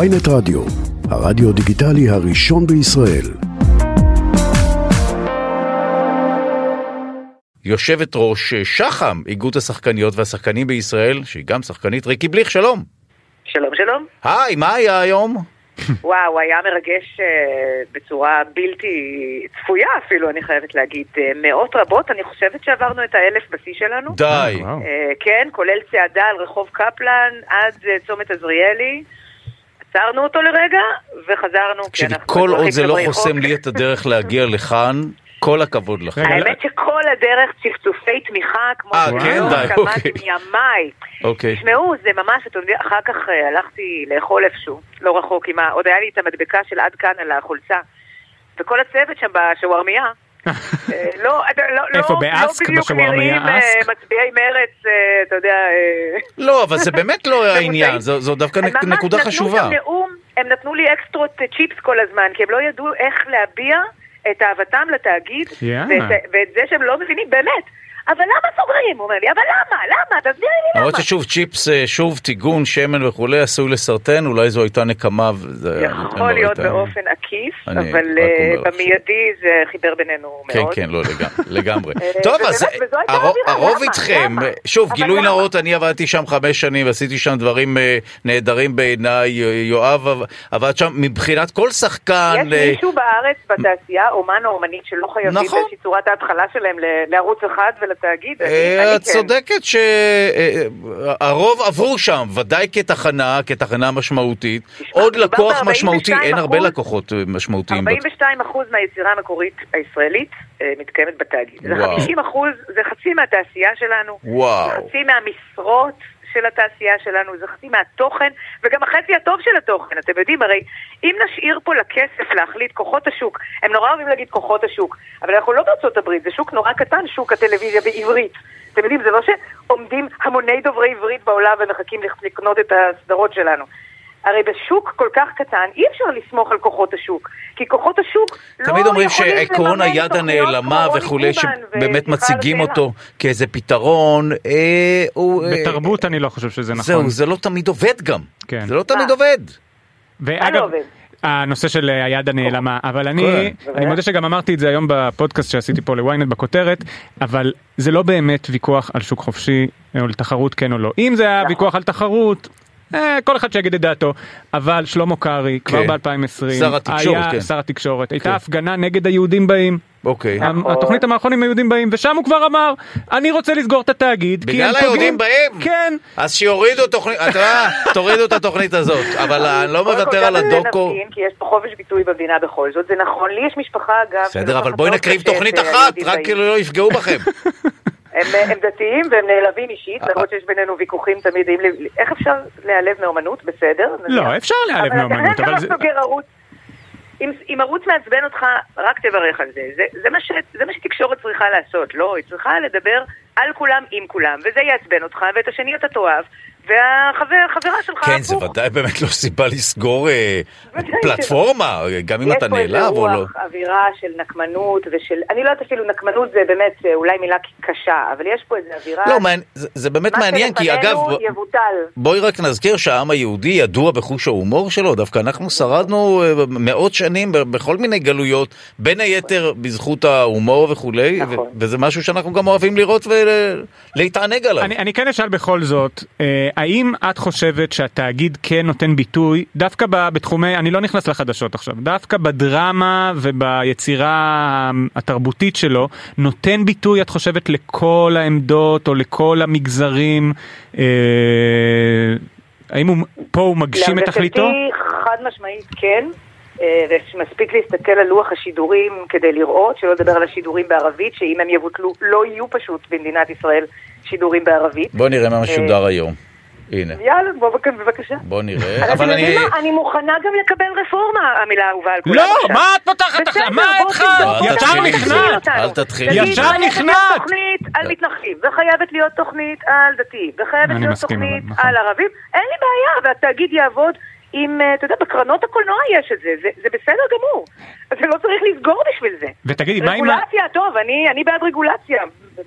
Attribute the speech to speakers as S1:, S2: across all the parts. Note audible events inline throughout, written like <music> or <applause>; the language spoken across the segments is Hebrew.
S1: ויינט רדיו, הרדיו דיגיטלי הראשון בישראל.
S2: יושבת ראש אה, שח"ם, איגוד השחקניות והשחקנים בישראל, שהיא גם שחקנית, ריקי בליך, שלום.
S3: שלום, שלום.
S2: היי, מה היה היום?
S3: וואו, היה מרגש אה, בצורה בלתי צפויה אפילו, אני חייבת להגיד. אה, מאות רבות, אני חושבת שעברנו את האלף בשיא שלנו.
S2: די.
S4: וואו.
S3: אה, כן, כולל צעדה על רחוב קפלן עד אה, צומת עזריאלי. עצרנו אותו לרגע וחזרנו. כי
S2: תקשיבי,
S3: אנחנו
S2: כל עוד
S3: אזרחים
S2: זה לא
S3: שומרי חוק.
S2: חוסם לי את הדרך להגיע לכאן, כל הכבוד לך.
S4: רגע,
S3: האמת שכל הדרך צפצופי תמיכה, כמו
S2: אה,
S3: שלא
S2: כן? די,
S3: שמעתי
S2: אוקיי.
S3: מימיי.
S2: אוקיי.
S3: תשמעו, זה ממש, אתם יודעים, אחר כך אה, הלכתי לאכול איפשהו, לא רחוק עם ה... עוד היה לי את המדבקה של עד כאן על החולצה. וכל הצוות שם בשווארמיה,
S4: <laughs>
S3: אה, לא, אתה- לא, לא,
S4: איפה,
S3: לא
S4: באסק?
S3: בדיוק
S4: בשווארמיה
S3: נראים אה,
S4: אסק?
S3: מצביעי מרץ, אה, אתה יודע... אה,
S2: לא, אבל זה באמת לא העניין,
S3: מוצאי-
S2: זו זו דווקא נק-
S3: הם ממש
S2: נקודה חשובה.
S3: נתנו שם נאום, הם נתנו לי אקסטרות אה, צ'יפס כל הזמן, כי הם לא ידעו איך להביע את אהבתם לתאגיד,
S4: יאה.
S3: ואת, ואת זה שהם לא מבינים באמת. אבל למה סוגרים? הוא אומר לי, אבל למה? למה? תסבירי לי למה.
S2: למרות ששוב צ'יפס, אה, שוב טיגון, שמן וכולי עשוי לסרטן, אולי זו הייתה נקמה. וזה- אני לא
S3: יכול להיות
S2: הייתה-
S3: באופן עקיף,
S2: אני
S3: אבל
S2: רק
S3: אה,
S2: אומר לך.
S3: במיידי זה חיבר בינינו
S2: כן,
S3: מאוד.
S2: כן, לא,
S3: <laughs>
S2: לגמ- לגמרי.
S3: אה,
S2: טוב,
S3: ובאמת,
S2: אז
S3: וזו הייתה
S2: הרו-
S3: האווירה,
S2: הרוב
S3: למה?
S2: איתכם.
S3: למה?
S2: שוב,
S3: אבל
S2: גילוי
S3: למה?
S2: נאות, אני עבדתי שם חמש שנים, ועשיתי שם דברים אה, נהדרים בעיניי, אה, יואב עב- עבד שם, מבחינת כל שחקן...
S3: יש
S2: אה,
S3: מישהו בארץ בתעשייה, אומן או אומנית, שלא חייבים
S2: נכון.
S3: באיזושהי צורת ההתחלה שלהם ל- לערוץ אחד ולתאגיד? אני-
S2: אה,
S3: אני
S2: את
S3: כן.
S2: צודקת אה, שהרוב עברו שם, ודאי כתחנה, כתחנה משמעותית.
S3: תשמע,
S2: עוד
S3: מדובר
S2: לקוח
S3: ב-
S2: משמעותי, אין הרבה
S3: 42%.
S2: לקוחות אה, משמעותיים. בת-
S3: 42% מהיצירה המקורית הישראלית אה, מתקיימת בתאגיד. זה
S2: וואו.
S3: 50%, זה חצי מהתעשייה שלנו,
S2: וואו.
S3: זה חצי מהמשרות של התעשייה שלנו, זה חצי מהתוכן, וגם החצי הטוב של התוכן. אתם יודעים, הרי אם נשאיר פה לכסף להחליט כוחות השוק, הם נורא אוהבים להגיד כוחות השוק, אבל אנחנו לא בארצות הברית, זה שוק נורא קטן, שוק הטלוויזיה בעברית. אתם יודעים, זה לא שעומדים המוני דוברי עברית בעולם ומחכים לקנות את הסדרות שלנו. הרי בשוק כל כך קטן אי אפשר לסמוך על כוחות השוק, כי כוחות השוק לא יכולים
S2: תמיד אומרים שעקרון
S3: לממן
S2: היד
S3: תוכניות
S2: הנעלמה
S3: כמו רוני
S2: וכולי,
S3: קובן
S2: שבאמת
S3: ויובל
S2: מציגים
S3: ואלה.
S2: אותו כאיזה פתרון, אה, הוא... אה,
S4: בתרבות אני לא חושב שזה נכון.
S2: זהו, זה לא תמיד עובד גם.
S4: כן.
S2: זה לא תמיד
S3: מה?
S2: עובד.
S3: מה
S4: ואגב,
S3: לא עובד?
S4: הנושא של אה, היד הנעלמה, אבל אני,
S2: כן.
S4: אני מודה שגם אמרתי את זה היום בפודקאסט שעשיתי פה לוויינט בכותרת, אבל זה לא באמת ויכוח על שוק חופשי אה, או לתחרות כן או לא. אם זה היה
S3: נכון.
S4: ויכוח על תחרות, אה, כל אחד שיגיד את דעתו, אבל שלמה קרעי כבר
S2: כן.
S4: ב-2020,
S2: שר התקשורת,
S4: היה
S2: כן.
S4: שר התקשורת,
S2: כן.
S4: הייתה הפגנה נגד היהודים באים.
S2: אוקיי.
S4: אה.
S3: נכון.
S4: התוכנית המערכונים היהודים באים, ושם הוא כבר אמר, אני רוצה לסגור את התאגיד, כי
S2: בגלל
S4: הם
S2: היהודים
S4: פוגעים-
S2: באים?
S4: כן.
S2: אז שיורידו תוכנית, אתה יודע, מה? תורידו את התוכנית הזאת, אבל אני לא
S3: אה, קודם כל,
S2: מוותר
S3: גם
S2: על
S3: זה
S2: הדוקו.
S3: נפגין, כי יש פה חופש ביטוי במדינה בכל זאת, זה נכון, לי יש משפחה אגב.
S2: בסדר,
S3: שלא
S2: אבל בואי
S3: מחפשת
S2: נקריב
S3: את,
S2: תוכנית
S3: אה,
S2: אחת,
S3: היהודים
S2: רק
S3: באים.
S2: כאילו לא יפגעו
S3: <laughs>
S2: בכם.
S3: הם הם דתיים והם נעלבים אישית,
S2: אה.
S3: למרות שיש בינינו ויכוחים תמיד, אם ל- איך אפשר להיעלב מאומנות? בסדר. נניח.
S4: לא, אפשר להיעלב מאומנות,
S3: אבל אתה
S4: אבל
S3: לא
S4: זה...
S3: סוגר ערוץ. אם, אם ערוץ מעצבן אותך, רק תברך על זה. זה, זה, מה ש, זה מה שתקשורת צריכה לעשות, לא? היא צריכה לדבר על כולם עם כולם, וזה יעצבן אותך, ואת השני אתה תאהב, והחברה שלך
S2: כן, זה
S3: הפוך.
S2: ודאי באמת לא סיבה לסגור
S3: <laughs>
S2: אה,
S3: ודאי
S2: פלטפורמה, גם אם
S3: יש
S2: אתה
S3: פה איזה
S2: נעלב או לא.
S3: רוח, אווירה של נקמנות ושל... אני לא יודעת אפילו, נקמנות זה באמת אה, אולי מילה קשה, אבל יש פה איזו אווירה...
S2: לא, מעניין- זה זה באמת מעניין, כי
S3: מה
S2: אגב...
S3: שלפנינו
S2: בוא-
S3: יבוטל.
S2: בואי רק נזכיר שהעם היהודי ידוע בחוש ההומור שלו, דווקא אנחנו שרדנו אה, מאות שנים ב- בכל מיני גלויות, בין היתר בזכות ההומור וכולי,
S3: נכון.
S2: ו- וזה משהו שאנחנו גם אוהבים לראות ולהתענג עליו.
S4: אני, אני כן אשאל בכל זאת, אה, האם את חושבת שהתאגיד כן נותן ביטוי, דווקא ב, בתחומי, אני לא נכנס לחדשות עכשיו, דווקא בדרמה וביצירה התרבותית שלו, נותן ביטוי, את חושבת, לכל העמדות או לכל המגזרים? אה, האם הוא, פה הוא
S3: לא,
S4: מגשים את תכליתו?
S3: להרגשתי חד משמעית כן, אה, ומספיק להסתכל על לוח השידורים כדי לראות, שלא לדבר על השידורים בערבית, שאם הם יבוטלו לא יהיו פשוט במדינת ישראל שידורים בערבית.
S2: בוא נראה מה משודר היום. הנה,
S3: יאללה, בוא בבק- בבקשה.
S2: בוא נראה.
S3: אבל
S2: אבל
S3: אתם
S2: אני...
S3: יודעים מה? אני מוכנה גם לקבל רפורמה, המילה האהובה על כולם.
S4: לא,
S3: עכשיו.
S4: מה את פותחת
S3: בסדר,
S4: עכשיו? מה
S3: בוא
S4: איתך?
S3: תבדוק אותנו,
S2: אל תתחילי
S4: ישר
S3: תתחיל
S2: עם זה.
S4: נכנעת.
S3: אותנו.
S2: אל תתחילי.
S3: תגיד,
S4: ישר
S3: חייבת להיות
S4: נכנעת.
S3: תוכנית על מתנחלים, וחייבת להיות תוכנית על דתיים, וחייבת
S4: אני
S3: להיות
S4: מסכים,
S3: תוכנית
S4: אבל, נכון.
S3: על ערבים. אין לי בעיה, והתאגיד יעבוד עם, אה, אתה יודע, בקרנות הקולנוע יש את זה, זה- זה בסדר גמור. אז לא צריך לסגור בשביל זה.
S4: ותגידי, מה עם ה...
S3: רגולציה, טוב, אני- אני בעד רגולציה.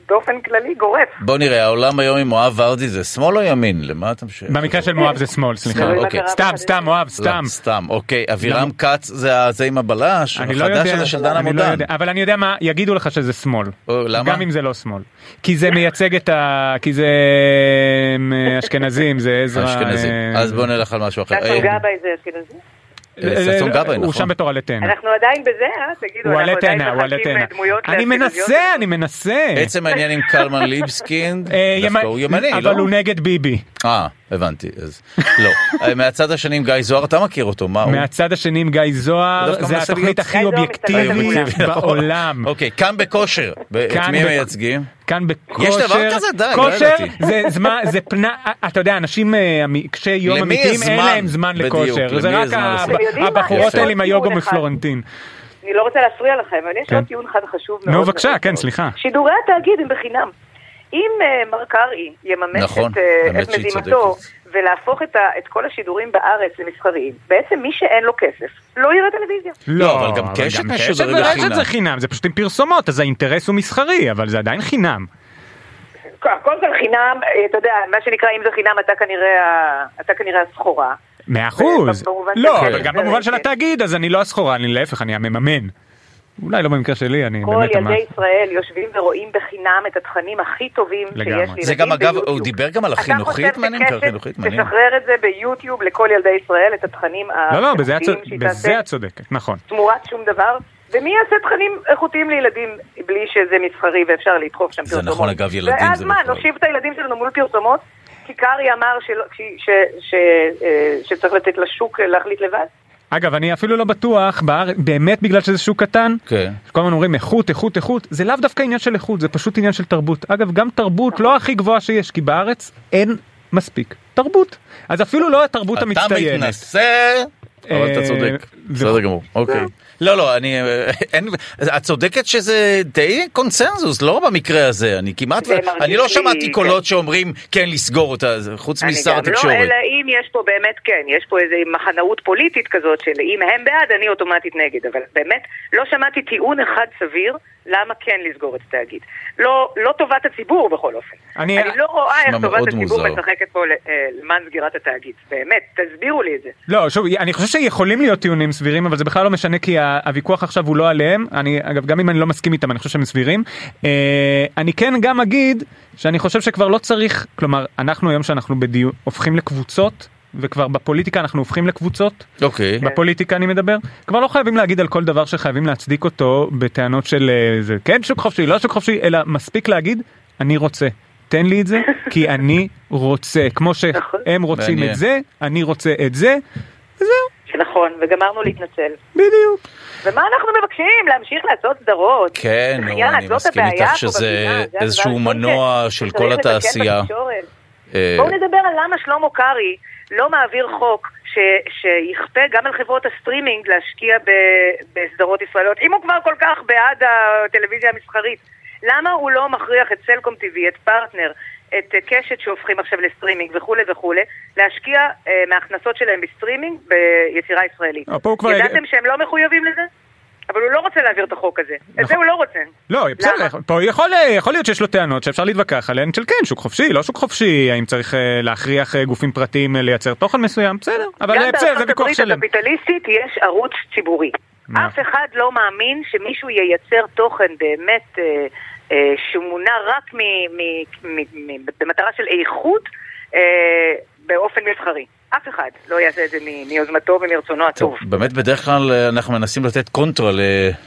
S3: באופן כללי גורף.
S2: בוא נראה, העולם היום עם מואב ורדי זה שמאל או ימין? למה אתה משאיר?
S4: במקרה של מואב זה שמאל, סליחה.
S2: שמאל, אוקיי.
S4: סתם, סתם, מואב, סתם.
S2: לא, סתם, אוקיי. אבירם כץ זה ה- זה עם הבלש?
S4: אני לא
S2: החדש
S4: יודע,
S2: הזה של דן
S4: אני לא
S2: עמודן.
S4: יודע, אבל אני יודע מה, יגידו לך שזה שמאל.
S2: או, למה?
S4: גם אם זה לא שמאל. כי זה מייצג את ה... כי זה אה, אשכנזים, זה עזרא...
S2: אשכנזים.
S4: אה,
S2: אז בוא נלך על משהו אחר.
S3: ששון
S2: אה,
S3: גבאי זה אשכנזי?
S2: אה, ששון גבאי, נכון.
S4: הוא שם בתור עלה תאנה.
S3: אנחנו עדיין בזה, אה? תגידו,
S4: הוא
S3: אנחנו
S4: עלה
S3: עדיין
S4: תאנה, הוא עלה
S3: מחכים אה,
S4: תאנה.
S3: דמויות
S4: אני
S3: לאשכנזיות?
S4: מנסה, אני מנסה.
S2: עצם העניין עם קלמן ליבסקינד,
S4: כן. אה,
S2: דווקא
S4: ימ-
S2: הוא ימני, לא?
S4: אבל הוא נגד ביבי.
S2: אה, הבנתי, אז לא. אה, מהצד השני עם גיא זוהר, אתה מכיר אותו, מה הוא?
S4: מהצד השני עם גיא
S2: הוא
S4: זוהר,
S2: דווקא
S4: זה
S2: מנסה להיות-
S4: התוכנית הכי
S3: גיא זוהר
S4: אובייקטיבית
S3: מסתכל
S2: על המוזיקה.
S4: בעולם.
S2: אוקיי, כאן בכושר. ב- את
S4: כאן
S2: מי הם
S4: ב-
S2: מייצגים?
S4: כאן בכושר.
S2: יש דבר כזה? די, לא
S4: כושר
S2: ידעתי.
S4: זה זמן, זה פנה, אתה יודע, אנשים אה, המי- קשי יום
S2: למי יש
S4: אמיתיים, אין
S2: זמן?
S4: להם זמן
S2: בדיוק,
S4: לכושר.
S2: למי
S4: זה
S2: יש
S4: רק
S2: זמן
S4: ה-
S2: לעשות?
S3: אתם יודעים מה?
S4: הבחורות
S2: יפה.
S4: האלה עם היוגה
S3: טיעון אחד.
S4: מפלורנטין.
S3: אני לא רוצה להפריע לכם, אבל יש
S4: כן.
S3: עוד טיעון אחד חשוב
S4: נו,
S3: מאוד.
S4: בבקשה,
S3: מאוד.
S4: כן, סליחה.
S3: שידורי התאגיד הם בחינם. אם אה, מר קרעי יממש
S2: נכון,
S3: את, אה,
S2: האמת
S3: את
S2: שהיא
S3: מזימתו
S2: צודקת.
S3: ולהפוך את, ה, את כל השידורים בארץ למסחריים, בעצם מי שאין לו כסף לא יראה טלוויזיה.
S2: לא, אבל גם קשת משודרת בחינם.
S4: ברשת זה חינם, זה פשוט עם פרסומות, אז האינטרס הוא מסחרי, אבל זה עדיין חינם.
S3: קודם כל חינם, אה, אתה יודע, מה שנקרא, אם זה חינם, אתה כנראה, ה- אתה כנראה הסחורה.
S4: מאה אחוז.
S3: במובן
S4: לא,
S3: של-
S4: אבל גם במובן של
S3: כן.
S4: התאגיד, אז אני לא הסחורה, אני להפך, אני המממן. אולי לא במקרה שלי, אני
S3: כל
S4: באמת
S3: ילדי
S4: אמר.
S3: ישראל יושבים ורואים בחינם את התכנים הכי טובים שיש
S4: לגמרי.
S3: לילדים
S2: זה גם, אגב,
S3: ביוטיוב.
S2: הוא דיבר גם על
S3: אתה
S2: החינוכית,
S3: חושב
S2: מעניין,
S3: שקשת
S2: החינוכית, מעניין.
S3: תשחרר את זה ביוטיוב לכל ילדי ישראל, את התכנים
S4: לא, לא, בזה את צודקת,
S3: שהיא
S4: בזה
S3: תעשה
S4: את צודקת, נכון.
S3: תמורת שום דבר, ומי יעשה תכנים איכותיים לילדים בלי שזה מסחרי ואפשר לדחוף שם
S2: זה
S3: פרסומות.
S2: נכון, אגב, ילדים
S3: ואז
S2: זה
S3: מה,
S2: בכלל.
S3: נושיב את הילדים שלנו מול פרסומות? כי קרעי אמר שלא- ש- ש- ש- אה, שצריך לתת לשוק להחליט לבד?
S4: אגב, אני אפילו לא בטוח, באר- באמת בגלל שזה שוק קטן,
S2: כן.
S4: כל הזמן אומרים איכות, איכות, איכות, זה לאו דווקא עניין של איכות, זה פשוט עניין של תרבות. אגב, גם תרבות לא הכי גבוהה שיש, כי בארץ אין מספיק תרבות. אז אפילו לא התרבות
S2: אתה
S4: המצטיינת.
S2: מתנשא, אבל אתה
S4: אה,
S2: צודק.
S4: זה-
S2: בסדר גמור, אוקיי. לא, לא, אני... אה, <laughs> אין... את צודקת שזה די קונסנזוס, לא במקרה הזה. אני כמעט...
S3: זה
S2: ו-
S3: מרגיש
S2: אני לא
S3: לי-
S2: שמעתי
S3: כן.
S2: קולות שאומרים כן לסגור אותה, זה- חוץ
S3: אני
S2: משר
S3: גם
S2: התקשורת.
S3: לא, אלא אם יש פה באמת, כן, יש פה איזו מחנאות פוליטית כזאת של אם הם בעד, אני אוטומטית נגד, אבל באמת לא שמעתי טיעון אחד סביר למה כן לסגור את התאגיד. לא, לא טובת הציבור בכל אופן.
S4: אני-
S3: אני, לא רואה איך
S2: נשמע
S3: טובת
S2: מאוד
S3: הציבור
S2: מוזר.
S3: משחקת פה ל- אה, למען סגירת התאגיד. באמת, תסבירו לי את זה.
S4: לא, שוב, אני חושב שיכולים להיות טיעונים סבירים, אבל זה בכלל לא משנה כי ה- הוויכוח עכשיו הוא לא עליהם. אני, אגב, גם אם אני לא מסכים איתם, אני חושב שהם סבירים. אה, אני כן גם אגיד שאני חושב שכבר לא צריך, כלומר, אנחנו היום שאנחנו בדיון, הופכים לקבוצות, וכבר בפוליטיקה אנחנו הופכים לקבוצות,
S3: כן.
S2: אוקיי.
S4: בפוליטיקה אני מדבר, כבר לא חייבים להגיד על כל דבר שחייבים להצדיק אותו בטענות של אה, זה כן שוק חופשי, לא שוק חופשי, אלא מספיק להגיד, אני רוצה. תן לי את
S3: <laughs>
S4: זה, כי אני רוצה. כמו
S3: נכון.
S4: שהם רוצים
S2: מעניין.
S4: את זה, אני רוצה את זה,
S3: שנכון, וגמרנו להתנצל.
S4: בדיוק.
S3: ומה אנחנו מבקשים? להמשיך לעשות סדרות.
S2: כן, נו,
S3: בחייאת,
S2: אני
S3: זאת
S2: מסכים
S3: הבעיה
S2: איתך
S3: פה
S2: שזה
S3: במדינה, זה הדבר
S2: איזשהו
S3: הראשון
S2: מנוע
S3: ש-
S2: של
S3: שצריך
S2: כל
S3: לתקן
S2: התעשייה.
S3: בתקשורת.
S2: אה,
S3: בואו נדבר על למה שלמה קרעי לא מעביר חוק ש, שיכפה גם על חברות הסטרימינג להשקיע ב, בסדרות ישראליות, אם הוא כבר כל כך בעד הטלוויזיה המסחרית. למה הוא לא מכריח את סלקום TV, את פרטנר, את אה, קשת שהופכים עכשיו לסטרימינג וכולי וכולי, להשקיע אה, מההכנסות שלהם בסטרימינג ביצירה ישראלית?
S4: אה, פה הוא כבר-
S3: ידעתם שהם לא מחויבים לזה? אבל הוא לא רוצה להעביר את החוק הזה. את זה הוא לא רוצה.
S4: נכון. לא, בסדר,
S3: למה?
S4: פה יכול, אה, יכול להיות שיש לו טענות שאפשר להתווכח עליהן של כן, שוק חופשי, לא שוק חופשי, האם צריך אה, להכריח אה, גופים פרטיים אה, לייצר תוכן מסוים, בסדר, אבל אה,
S3: גם
S4: בסדר, זה
S3: בארצות
S4: ויכוח
S3: הברית
S4: שלם.
S3: הקפיטליסטית יש ערוץ ציבורי.
S4: מה?
S3: אף אחד לא מאמין שמישהו ייצר תוכן באמת אה, אה, שמונע רק מ- מ- מ- מ- במטרה של איכות אה, באופן מסחרי. אף אחד לא יעשה את זה מ- מיוזמתו ומרצונו הטוב.
S2: טוב, באמת בדרך כלל אה, אנחנו מנסים לתת קונטרה ל-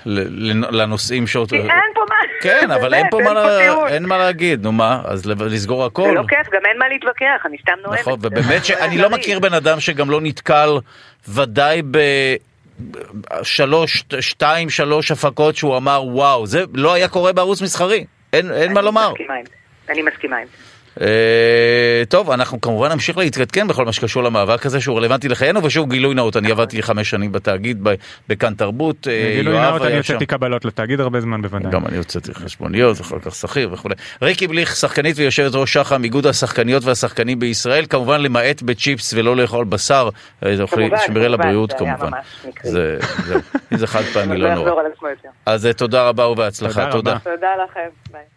S2: ל- ל- לנושאים ש...
S3: כי אין פה מה...
S2: כן, אבל אין פה
S3: באמת,
S2: מה לה-
S3: טיעון.
S2: אין מה להגיד, נו מה, אז לב- לסגור הכל.
S3: זה לא כיף, גם אין מה להתווכח, אני סתם נואמת.
S2: נכון, ובאמת שאני לא מכיר בן אדם שגם לא נתקל ודאי ב... שלוש, שתיים, שלוש הפקות שהוא אמר וואו, זה לא היה קורה בערוץ מסחרי, אין, אין מה
S3: אני
S2: לומר.
S3: מסכימה עם זה. אני מסכימה עם זה.
S2: אה, טוב, אנחנו כמובן נמשיך להתעדכן בכל מה שקשור למאבק הזה שהוא רלוונטי לחיינו, ושוב גילוי נאות, אני עבדתי חמש שנים בתאגיד ב- בכאן תרבות, אה, לא,
S4: גילוי
S2: יואב
S4: נאות,
S2: היה
S4: אני
S2: שם.
S4: הוצאתי קבלות לתאגיד הרבה זמן בוודאי.
S2: גם אני הוצאתי חשבוניות, אחר כך שכיר וכולי. ריקי בליך, שחקנית ויושבת ראש שח"ם, איגוד השחקניות והשחקנים בישראל, כמובן למעט בצ'יפס ולא לאכול בשר, אה, זה אוכלי,
S3: כמובן,
S2: שמרי
S3: כמובן,
S2: לבריאות
S3: זה היה
S2: כמובן.
S3: ממש מקרי.
S2: זה, זהו, אם זה חד פעמי,
S3: לא
S2: לא נורא.
S3: יחזור על עצמו יותר.
S2: אז אה, תודה רבה ובהצלחה,
S4: תודה
S2: תודה.
S4: רבה.
S3: תודה לכם, ביי.